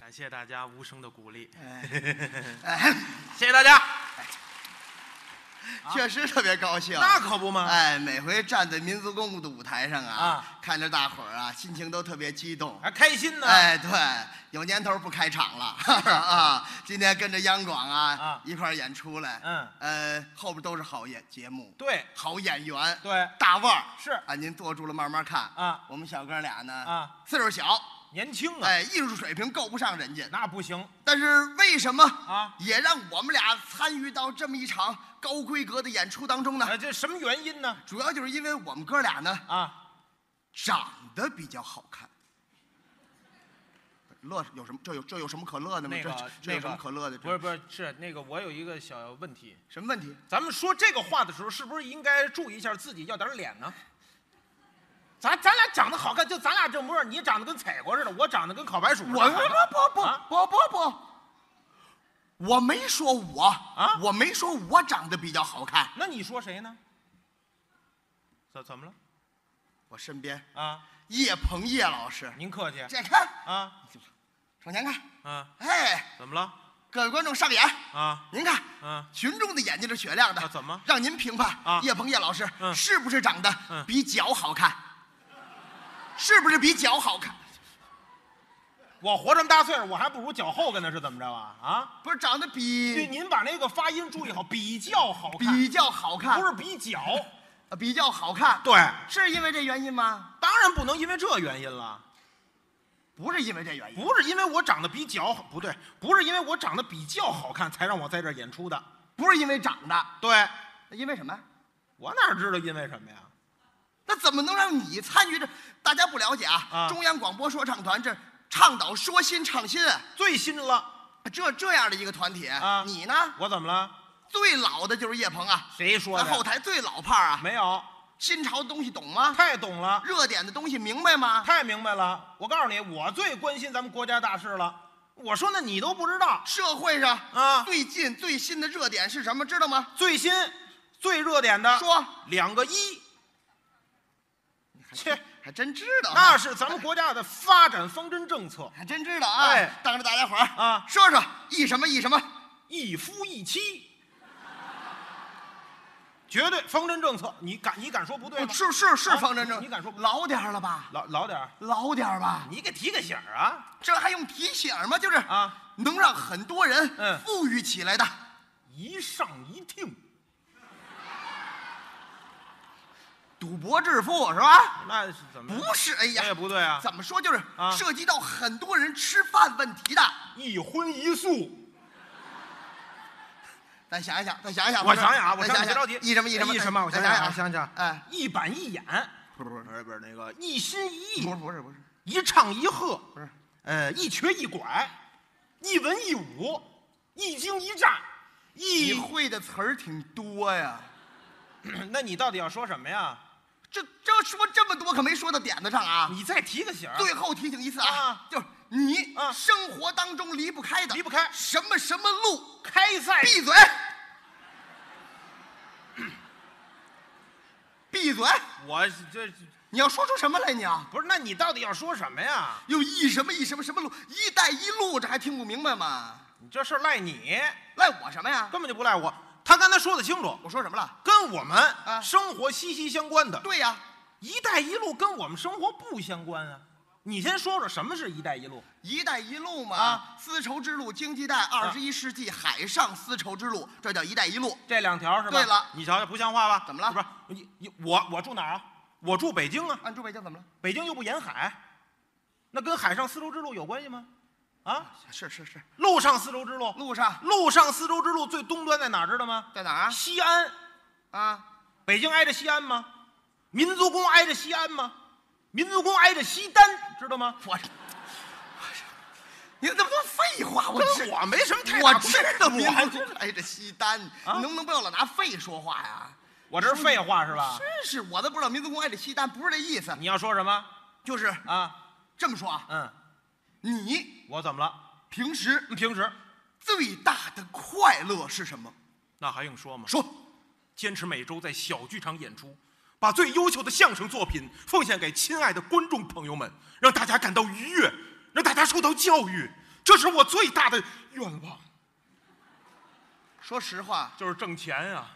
感谢大家无声的鼓励，哎， 谢谢大家。确实特别高兴。那可不嘛，哎，每回站在民族公舞的舞台上啊，啊看着大伙儿啊，心情都特别激动。还开心呢。哎，对，有年头不开场了 啊！今天跟着央广啊啊一块儿演出来，嗯，呃，后边都是好演节目，对好演员，对，大腕儿是啊，您坐住了慢慢看啊。我们小哥俩呢，啊，岁数小，年轻啊，哎，啊艺术水平够不上人家，那不行但是为什么啊也让我们俩参与到这么一场高规格的演出当中呢？啊，这什么原因呢？主要就是因为我们哥俩呢啊，长得比较好看。乐有什么？这有这有什么可乐的吗？那这个这这那有个什么可乐的？这不是不是，是那个我有一个小问题，什么问题？咱们说这个话的时候，是不是应该注意一下自己要点脸呢？咱咱俩长得好看，就咱俩这模样，你长得跟彩瓜似的，我长得跟烤白薯似的。我不不啊不不不不，我没说我啊我没说我长得比较好看。那你说谁呢？怎怎么了？我身边啊，叶鹏叶老师，您客气这看啊往前看，啊，哎，怎么了？各位观众上眼，啊您看，啊，群众的眼睛是雪亮的，那啊怎么让您评判啊叶鹏叶老师嗯是不是长得嗯比脚好看？是不是比脚好看？我活这么大岁数，我还不如脚后跟呢，是怎么着啊？啊，不是长得对，比您把那个发音注意好，比较好看，比较好看，不是比较。呃比较好看，对，是因为这原因吗？当然不能因为这原因了，不是因为这原因，不是因为我长得比较好，不对，不是因为我长得比较好看才让我在这儿演出的。不是因为长得，对，那因为什么呀？我哪知道因为什么呀？那怎么能让你参与这？大家不了解啊，啊中央广播说唱团这倡导说新唱新，啊最新了，这这样的一个团体，啊你呢？我怎么了？最老的就是叶鹏啊，谁说在的？后台最老派啊，没有，新潮东西懂吗？太懂了，热点的东西明白吗？太明白了。我告诉你，我最关心咱们国家大事了。我说那你都不知道社会上啊？最近最新的热点是什么？知道吗？最新、最热点的说，两个一，切，还真知道啊，那是咱们国家的发展方针政策，还真知道啊！哎当着大家伙儿啊说说一什么一什么，一夫一妻，绝对方针政策。你敢你敢说不对吗？哦是是是啊方针正，你你敢说不老点儿了吧？老老点儿，老点儿吧，你给提个醒儿啊这还用提醒儿吗？就是啊！能让很多人嗯富裕起来的，一上一听，赌博致富是吧？那是怎么？不是，哎那也呀，不对啊！怎么说就是哎啊涉及到很多人吃饭问题的。一荤一素，咱想一想，咱想一想，我不是哎想想啊，我咱想想别着急，一什么一什么一什么？我咱想想想一啊，想我想想，哎，一板一眼，不是不是不是不是那个一心一意，不是不是不是一唱一和，不是，呃，一瘸一拐，一文一武，一惊一乍， 你一……会的词儿挺多呀。那你到底要说什么呀？这这说这么多可没说到点子上啊！你再提个醒儿，最后提醒一次啊啊，就是你啊生活当中离不开的，离不开哎什么什么路，开赛闭嘴，闭嘴！我这你要说出什么来你啊？不是？那你到底要说什么呀？又一什么一什么什么路，一带一路，这还听不明白吗？你这事儿赖你，赖我什么呀？根本就不赖我。他刚才说的清楚，我说什么了？跟我们啊生活息息相关的。对呀、 “一带一路”跟我们生活不相关啊。你先说说什么是一带一路？一带一路嘛，啊丝绸之路、经济带、二十一世纪海上丝绸之路，这叫一带一路。这两条是吧？对了你瞧瞧不像话吧？怎么了不是你你我我住哪儿啊？我住北京啊，按住北京怎么了？北京又不沿海，那跟海上丝绸之路有关系吗？啊，是是是，陆上丝绸之路，路上陆上丝绸之路最东端在哪儿？知道吗？在哪儿西安，啊？啊，北京挨着西安吗？民族宫挨着西安吗？民族宫挨着西单，知道吗？我，你怎么都废话？我跟知我没什么太大我关系知道我民族挨着哎西单，啊你能不能不要老拿肺说话呀？我这是废话是吧？真是，我都不知道民族公挨着西单不是这意思，你要说什么就是啊？这么说啊。嗯，你我怎么了？平时平时最大的快乐是什么？那还用说吗？说，坚持每周在小剧场演出，把最优秀的相声作品奉献给亲爱的观众朋友们，让大家感到愉悦，让大家受到教育，这是我最大的愿望，说实话，就是挣钱啊呀、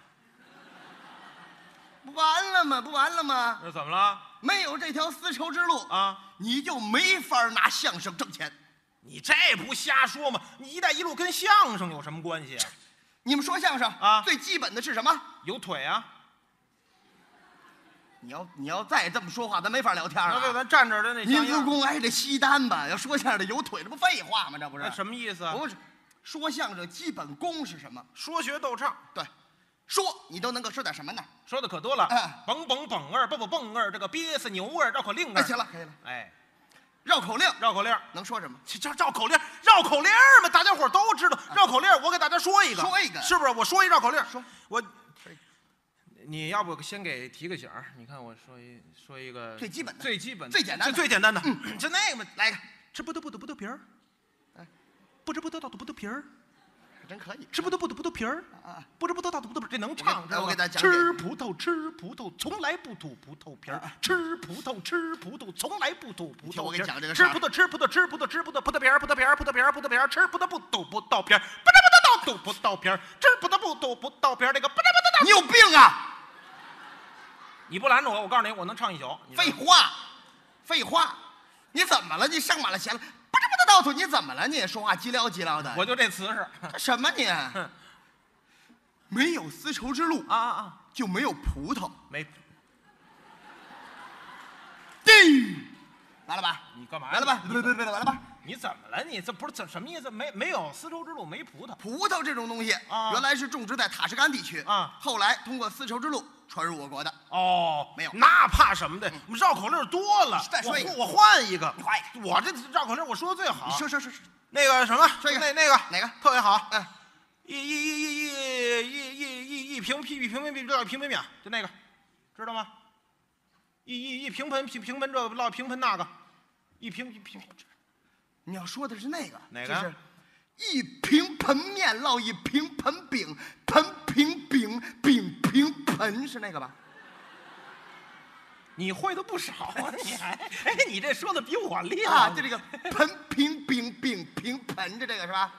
不完了吗？不完了吗？那怎么了没有这条丝绸之路，啊？你就没法拿相声挣钱。你这不瞎说吗？你“一带一路”跟相声有什么关系？你们说相声啊最基本的是什么？有腿啊！你要你要再这么说话，咱没法聊天那就了。咱站这儿的那您乡不音，公挨着西单吧？要说相声的有腿，这不废话吗？这不是那？什么意思啊？不是，说相声基本功是什么？说学逗唱，对，说你都能够说点什么呢？说的可多了哎。蹦蹦蹦儿，蹦蹦蹦儿，这个憋死牛儿，绕口令哎，儿。行了，可以了。哎，绕口令绕口令儿，能说什么？这叫绕口令儿，绕口令儿嘛，大家伙儿都知道。绕口令儿，我给大家说一个，啊说一个是不是？我说一绕口令儿，说我说一个。你要不先给提个醒儿？你看我说一说一个最基本的最基本的、最简单的嗯最简单的，就那个嘛来一个，吃不得不得不得皮儿哎，不知不得道的不得皮儿，还真可以。吃不得不得不得皮儿，啊，不知不得道的不得皮儿，这能我唱。给知道吗我给大家讲解吃葡萄吃葡萄，从来不吐葡萄皮儿；吃葡萄吃葡萄，从来不吐葡萄皮听儿。我给你讲这个事吃儿葡萄吃葡萄吃葡萄吃葡萄，葡萄皮儿葡萄皮儿葡萄皮儿葡萄皮儿，吃葡萄不吐葡萄皮儿，不知不得道吐葡萄皮儿，吃葡萄不吐葡萄皮儿，那个不知不得道。你有病啊！你不拦着我，我告诉你，我能唱一宿。你知道废吗话，废话，你怎么了？你上满了弦了，不知不觉到处你怎么了？你说话叽撩叽撩的，我就这词是啊这什么你？没有丝绸之路啊啊，就没有葡萄。没叮，完了吧？你干嘛呀完了吧？别别别，完了吧？你怎么了你？这不是怎什么意思？没没有丝绸之路没葡萄，葡萄这种东西，啊原来是种植在塔什干地区啊后来通过丝绸之路传入我国的。哦，没有那怕什么的？我们绕口令多了，再说我一个我换一个，你换一我这绕口令我说的最好。你说说说说，那个什么，说一个那那个哪个特别好？嗯，一一一一一一一一平屁屁平平平落平平秒，就那个，知道吗？一一一平盆平平盆这落平盆那个，一平平平你要说的是那个哪个就是一平盆面烙一平盆饼，盆平饼饼平盆是那个吧？哦你会的不少啊，你还哎，你这说的比我厉害啊，就这个盆平饼饼平盆的这个是吧？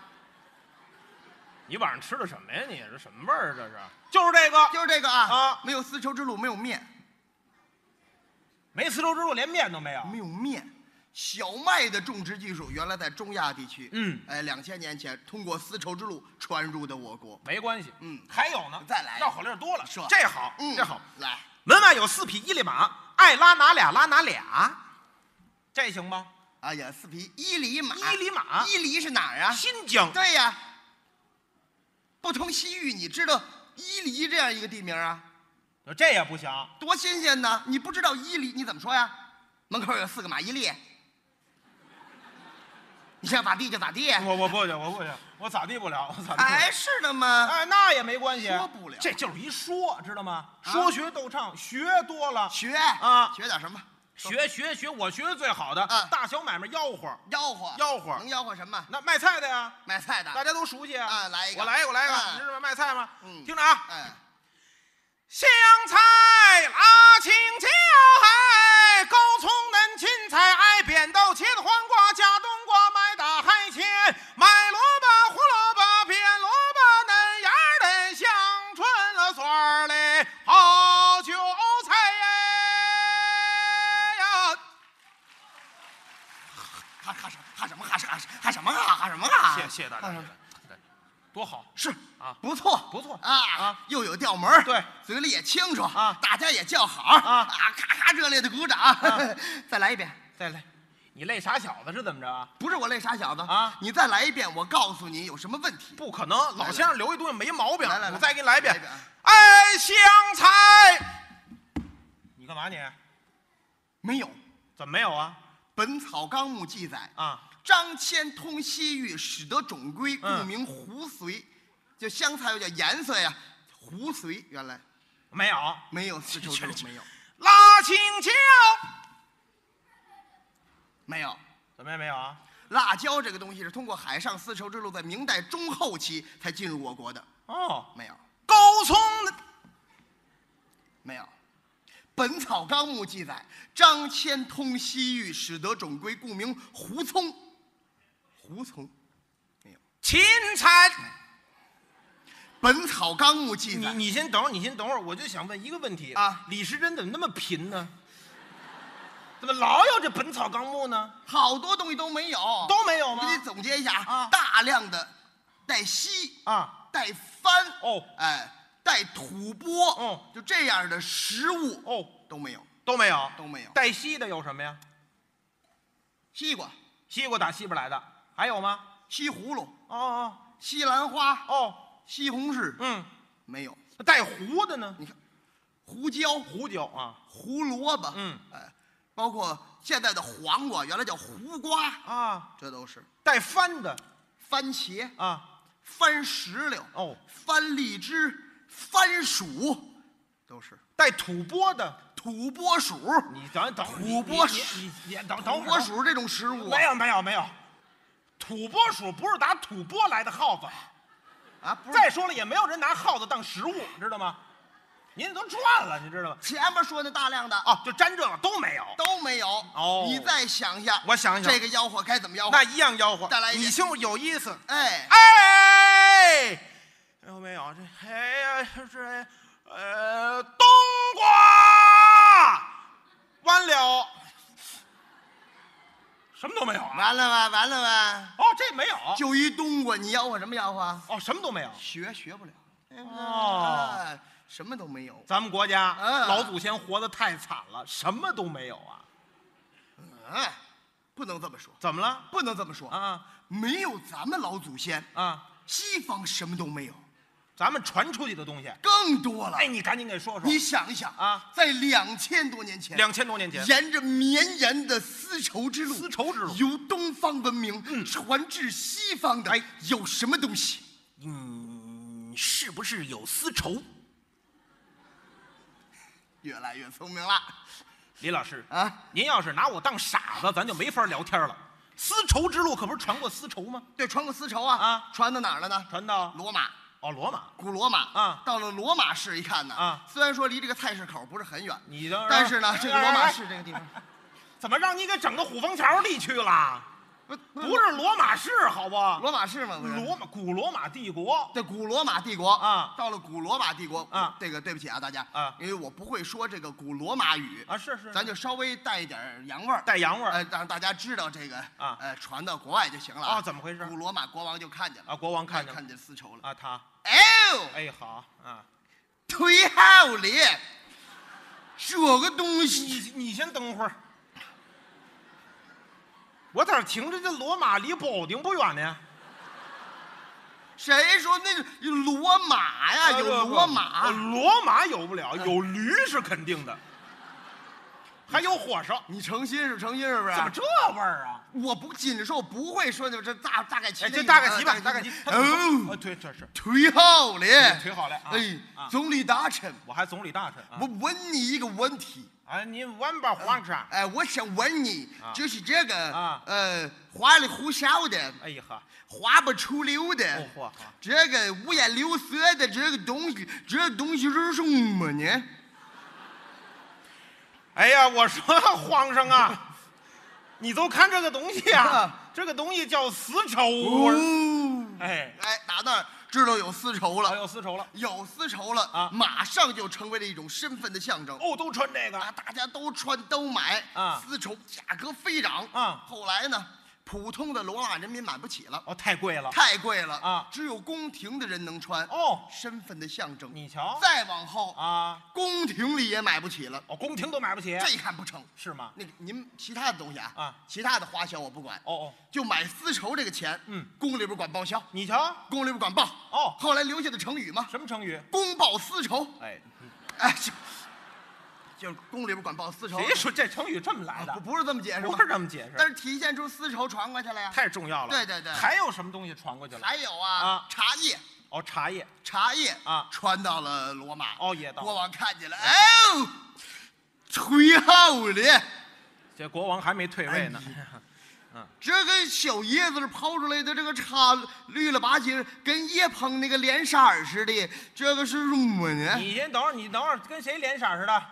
你晚上吃的什么呀？你这什么味儿？这是就是这个，就是这个啊啊没有丝绸之路，没有面，没丝绸之路，连面都没有。没有面。小麦的种植技术原来在中亚地区，嗯哎，两千年前通过丝绸之路传入的我国。没关系，嗯还有呢，再来一个绕口令多了，是这好，嗯，这好。来，门外有四匹伊犁马，爱拉哪俩拉哪俩，这行吗？哎呀，四匹伊犁马，伊犁马伊犁是哪儿啊？新疆对呀，不同西域，你知道伊犁这样一个地名啊，这也不行，多新鲜呢！你不知道伊犁，你怎么说呀？门口有四个马伊琍，你想咋地就咋地。我我不行，我不行，我咋地不了，我咋地不了？哎，是的嘛，哎，那也没关系，说不了这就是一说，知道吗？啊说学逗唱，学多了，学啊学点什么？学学学，我学的最好的嗯，大小买卖吆喝，吆喝，吆喝能吆喝什么？那卖菜的呀，买菜的，大家都熟悉啊。啊来一个我来一个，我来一个，嗯你知道吗？卖菜吗？嗯听着啊，哎，香菜拉青椒，嗨，高葱嫩芹菜，哎，扁豆茄子黄瓜加冬瓜，买大海鲜，买萝卜胡萝卜扁萝卜嫩芽儿的香椿了蒜儿嘞，好韭菜呀！哈哈什哈什么哈什哈什哈什么啊哈什么啊？谢谢大家，谢谢大家多好是啊不错，不错啊啊又有调门儿对，嘴里也清楚啊大家也叫好啊咔咔热烈的鼓掌， 再来一遍。再来，你累傻小子是怎么着啊？不是我累傻小子啊你再来一遍，我告诉你有什么问题。不可能，老先生留一东西没毛病。来来来我再给你来一遍来一遍啊。哎，香菜，你干嘛你？没有，《怎么没有啊？本草纲目》记载，啊，张骞通西域，始得种归，故嗯名猢绥。就香菜又叫盐菜呀，猢绥原来没有。没有丝绸之路这，这没有，拉青椒，没有。怎么也没有啊？辣椒这个东西是通过海上丝绸之路，在明代中后期才进入我国的，哦，没有。高葱的没有，《本草纲目》记载，张骞通西域，始得种归，故名胡葱。胡葱，芹菜，本草纲目》记你载，你先等会儿，你先等会儿，我就想问一个问题啊李时珍怎么那么贫呢？ 怎么老有这《本草纲目》呢？好多东西都没有，都没有我吗给？你总结一下啊大量的带硒、啊，带番，哦哎，带吐蕃，哦，就这样的食物，哦，都没有。都没有，都没有带西的有什么呀？西瓜、西瓜打西边来的，还有吗？西葫芦、哦哦西兰花、哦，西红柿，嗯，没有。带核的呢？胡椒、胡椒啊胡萝卜，嗯，哎，包括现在的黄瓜，原来叫胡瓜，啊，这都是带翻的番茄、啊，番石榴、哦，番荔枝、番薯，都是带吐蕃的。土拨鼠。你等等，你吐蕃你你你你等等土会拨儿，啊鼠这种食物啊没有没有没有，吐蕃鼠不是打吐蕃来的耗子。啊，不是嗯再说了，也没有人拿耗子当食物，知道吗？您都转了，你知道吗？前面说那大量的哦，就沾这个都没有，都没有。哦你再想一下，我想一想这个吆喝该怎么吆喝？那一样吆喝。再来一遍你听有意思。哎，哎，有没有这？哎呀，这呃，冬瓜完了，什么都没有啊？完了吧，完了吧，哦，这没有，就一冬瓜，你吆喝什么吆喝？哦，什么都没有。学学不了。哦哎，什么都没有。咱们国家嗯老祖先活得太惨了，什么都没有啊？哎，不能这么说，怎么了？不能这么说。啊没有咱们老祖先，啊，西方什么都没有，咱们传出去的东西，更多了。哎，你赶紧给说说。你想一想啊，在两千多年前，两千多年前，沿着绵延的丝绸之路，丝绸之路由东方文明传至西方的，哎有什么东西？嗯，是不是有丝绸？越来越聪明了李老师啊！您要是拿我当傻子，咱就没法聊天了。丝绸之路可不是传过丝绸吗？对，传过丝绸啊啊传到哪儿了呢？传到罗马。哦，罗马。古罗马啊到了罗马市一看呢，啊虽然说离这个菜市口不是很远，你等会儿但是呢，这个罗马市啊哎这个地方，怎么让你给整到虎坊桥里去了？不不是罗马市，好不？罗马市吗？不是罗马古罗马帝国，对古罗马帝国啊到了古罗马帝国啊这个对不起啊大家啊因为我不会说这个古罗马语啊是是咱就稍微带一点洋味儿，带洋味儿呃，让大家知道这个啊呃，传到国外就行了啊怎么回事古罗马国王就看见了啊！国王看哎见看了见丝绸了，啊，他哎呦，哎好啊，忒好了，这个东西。你你先等会儿，我在这儿停着，这罗马离保定不远呢。谁说那是罗马呀？不有不罗呃马，罗马有不了，有驴是肯定的，还有火烧，你诚心是诚心是不是怎？么这味儿啊？我不仅是说我不会说，这大大概齐哎，的意思。这大概齐吧，啊大概齐。他怎么说哦啊，，对，这是忒好了，忒好了啊哎啊，总理大臣，我还总理大臣啊我。问你一个问题，啊，您弯把皇上，哎，我想问你，啊就是这个啊呃，花里胡哨的，哎呀呵，花不出溜哦的，嚯呵，这个五颜六色的这个东西，这东西是什么呢？哎呀，我说皇上啊，你都看这个东西啊啊，这个东西叫丝绸，哦，哎，哎，打那儿知道有丝绸了哎。呦，丝绸了，有丝绸了啊马上就成为了一种身份的象征。哦，都穿这个啊，大家都穿都买啊丝绸价格飞涨啊后来呢，普通的罗马人民买不起了，哦，太贵了，太贵了啊只有宫廷的人能穿哦，身份的象征。你瞧再往后，啊，宫廷里也买不起了，哦，宫廷都买不起，这一看不成。是吗？那个您其他的东西啊，啊其他的花销我不管，哦哦，就买丝绸这个钱，嗯，宫里边管报销，你瞧，宫里边管报。哦后来留下的成语嘛，什么成语？公报私仇。哎，哎，就就是宫里边管报丝绸，谁说这成语这么来哦啊的？不不是这么解释吗？不是这么解释，但是体现出丝绸传过去了呀。太重要了。对对对还有什么东西传过去了？还有啊，啊茶叶，哦，茶叶。茶叶啊传到了罗马。哦也到了国王看见了，哦，忒好了，这国王还没退位呢。这个小叶子泡出来的这个茶绿了吧唧，跟叶蓬那个脸色儿似的，这个是什么呢？ 你先等会儿，你等会儿跟谁脸色儿似的？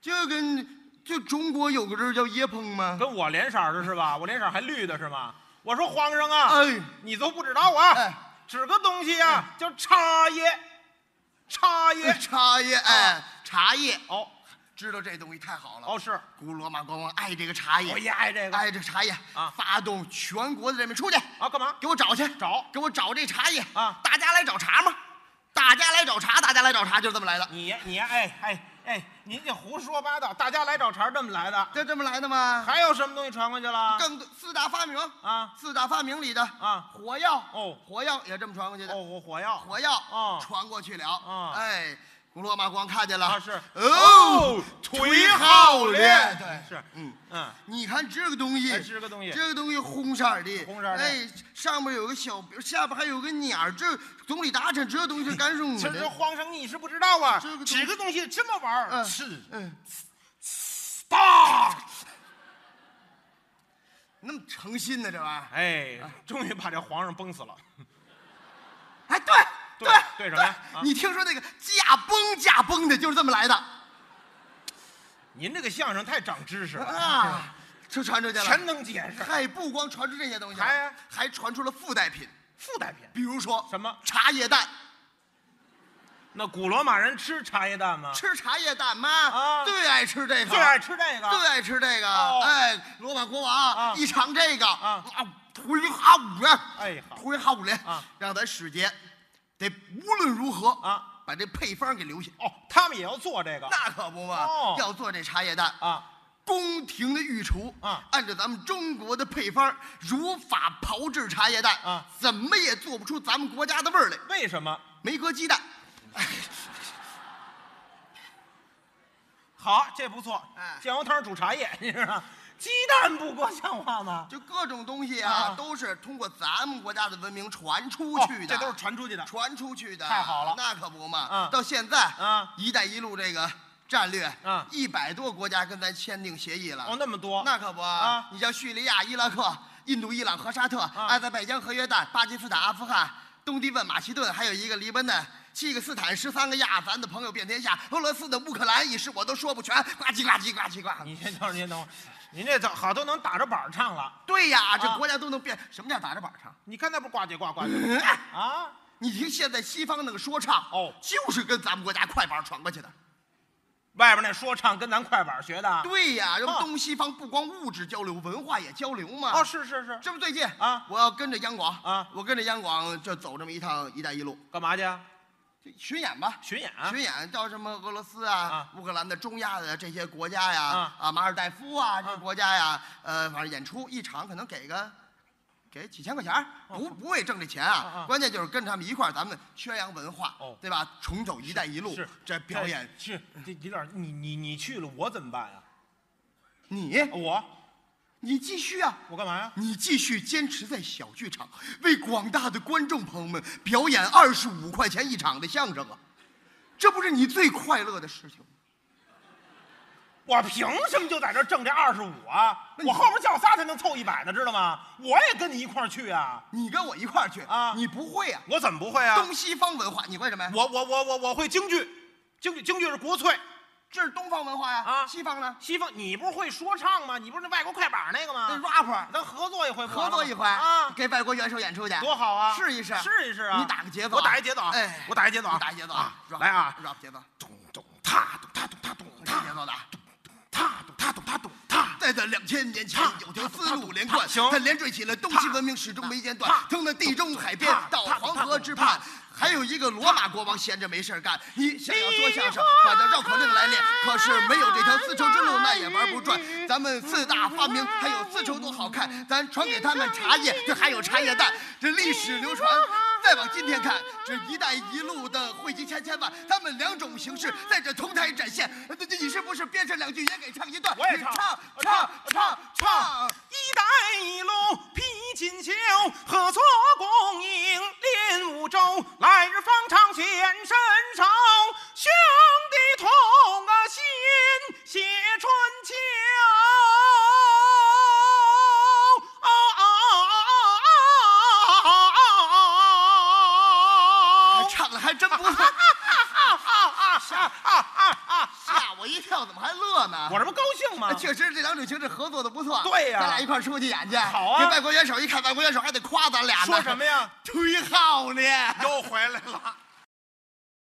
这跟就中国有个人叫叶蓬吗？跟我脸色儿的是吧？我脸色儿还绿的是吗？我说皇上啊，哎你都不知道啊，哎指个东西啊，叫茶叶，茶叶。茶叶，哎，茶叶，哦知道这东西太好了。哎哦，是，古罗马国王爱这个茶叶，我也爱这个爱这个茶叶哦啊发动全国的人民出去，啊，干嘛？给我找去，找给我找这茶叶啊大家来找茶嘛，大家来找茶，大家来找茶，就这么来的，你你哎哎哎，您这胡说八道！大家来找茬儿这么来的，就这么来的吗？还有什么东西传过去了？更多四大发明啊四大发明里的啊火药哦火药也这么传过去的，哦，我火药。火药哦传过去了，啊哎，古罗马国王看见了，啊是哦哦，忒忒好好了，了对，是嗯。嗯，你看这个东西，哎这个东西这个东西红色儿的，红色儿的哎，上面有个小，下边还有个鸟儿，这总理大臣这东西干什么其实的？皇上你是不知道啊这个，东西指个东西这么玩儿，嗯啊是啊嗯，大。那么诚信呢，这玩意儿？哎，终于把这皇上崩死了。哎，对对对什么呀啊你听说那个驾崩驾崩的，就是这么来的您这个相声太长知识了，啊，就传出去了。哎全能解释。还不光传出这些东西了，还还传出了附带品，附带品，比如说什么啊茶叶蛋，那古罗马人吃茶叶蛋吗？吃茶叶蛋妈、啊最爱吃这个，最爱吃这个。最爱吃这个。啊哦哎，罗马国王、啊一尝这个啊回哈啊五连，哎好回哈五连啊让咱使节得无论如何啊把这配方给留下。哦，他们也要做这个那可不嘛，哦要做这茶叶蛋，啊。宫廷的御厨啊按照咱们中国的配方如法炮制茶叶蛋啊，怎么也做不出咱们国家的味儿来。为什么？没搁鸡蛋，好，这不错哎。酱油汤煮茶叶，你知道？鸡蛋不够像话吗？就各种东西啊啊，都是通过咱们国家的文明传出哦去的，这都是传出去的。传出去的。太好了那可不嘛。嗯到现在，嗯一带一路这个战略，嗯一百多国家跟咱签订协议了。哦，那么多。那可不啊你像叙利亚、伊拉克、印度、伊朗和沙特、阿塞拜疆和约旦、巴基斯坦、阿富汗、东帝汶、马其顿，还有一个黎巴嫩。七个斯坦，十三个亚，咱的朋友遍天下。俄罗斯的乌克兰一时我都说不全，呱唧呱唧呱唧呱唧。您先等会儿，您等会儿，您这好都能打着板儿唱了。对呀，这啊国家都能变。什么叫打着板儿唱？你看那不呱唧呱呱唧嗯啊？ 你听现在西方那个说唱，哦就是跟咱们国家快板儿传过去的。外边那说唱跟咱快板儿学的。对呀，这不啊东西方不光物质交流，文化也交流嘛。哦，是是是。这不最近啊我要跟着央广啊我跟着央广就走这么一趟“一带一路干嘛去啊？”，就巡演吧。巡演啊？巡演到什么俄罗斯啊、乌克兰的中亚的这些国家呀，啊马尔代夫啊这国家呀，呃，反正演出一场可能给个给几千块钱儿，不不为挣这钱啊哦啊，关键就是跟他们一块儿，咱们宣扬文化哦，对吧？重走“一带一路是”哎这表演，是这李老师，你你你去了，我怎么办呀？你我你继续啊。我干嘛呀？你继续坚持在小剧场，为广大的观众朋友们表演二十五块钱一场的相声啊，这不是你最快乐的事情吗？我凭什么就在这儿挣这二十五啊？那你我后边叫仨才能凑一百呢，知道吗？我也跟你一块儿去啊！你跟我一块儿去啊你不会啊？我怎么不会啊？东西方文化你会什么呀？我我我我我会京剧，京剧京剧是国粹。这是东方文化呀，啊西方呢？西方，你不是会说唱吗？你不是那外国快板那个那吗？ rapper 咱合作一回不完合了吗，作一回啊，给外国元首演出去，多好啊！试一试，试一试啊！你打个节奏啊，我打一节奏啊！哎，我打一节奏啊！你打一节奏啊！ rap- 来啊！ ，rap 节奏，咚咚踏咚踏咚踏咚这踏节奏的。啊踏咚踏咚踏咚踏。在这两千年前啪，有条丝路连贯，啪行它连缀起了东西文明，始终没间断啪。从那地中海边啪到啪黄啪河之畔啪，还有一个罗马国王闲着没事儿干，你想要说相声，把它绕口令来练，可是没有这条丝绸之路，那也玩不转。咱们四大发明还有丝绸多好看，咱传给他们茶叶，这还有茶叶蛋，这历史流传。再往今天看，这“一带一路”的汇集千千万，他们两种形式在这同台展现。呃你你是不是编上两句也给唱一段？我也你唱唱我唱唱唱唱唱！一带一路披锦绣，合作共赢连五洲。来日方长显身手，兄弟同啊心写春秋。哎唱的还真不错，吓我一一跳，怎么还乐呢？我这不高兴吗？确实，这两种形式合作的不错。对呀咱俩一块儿出去演去。好啊这外国元首一看外国元首还得夸咱俩呢。说什么呀？忒好了。又回来了。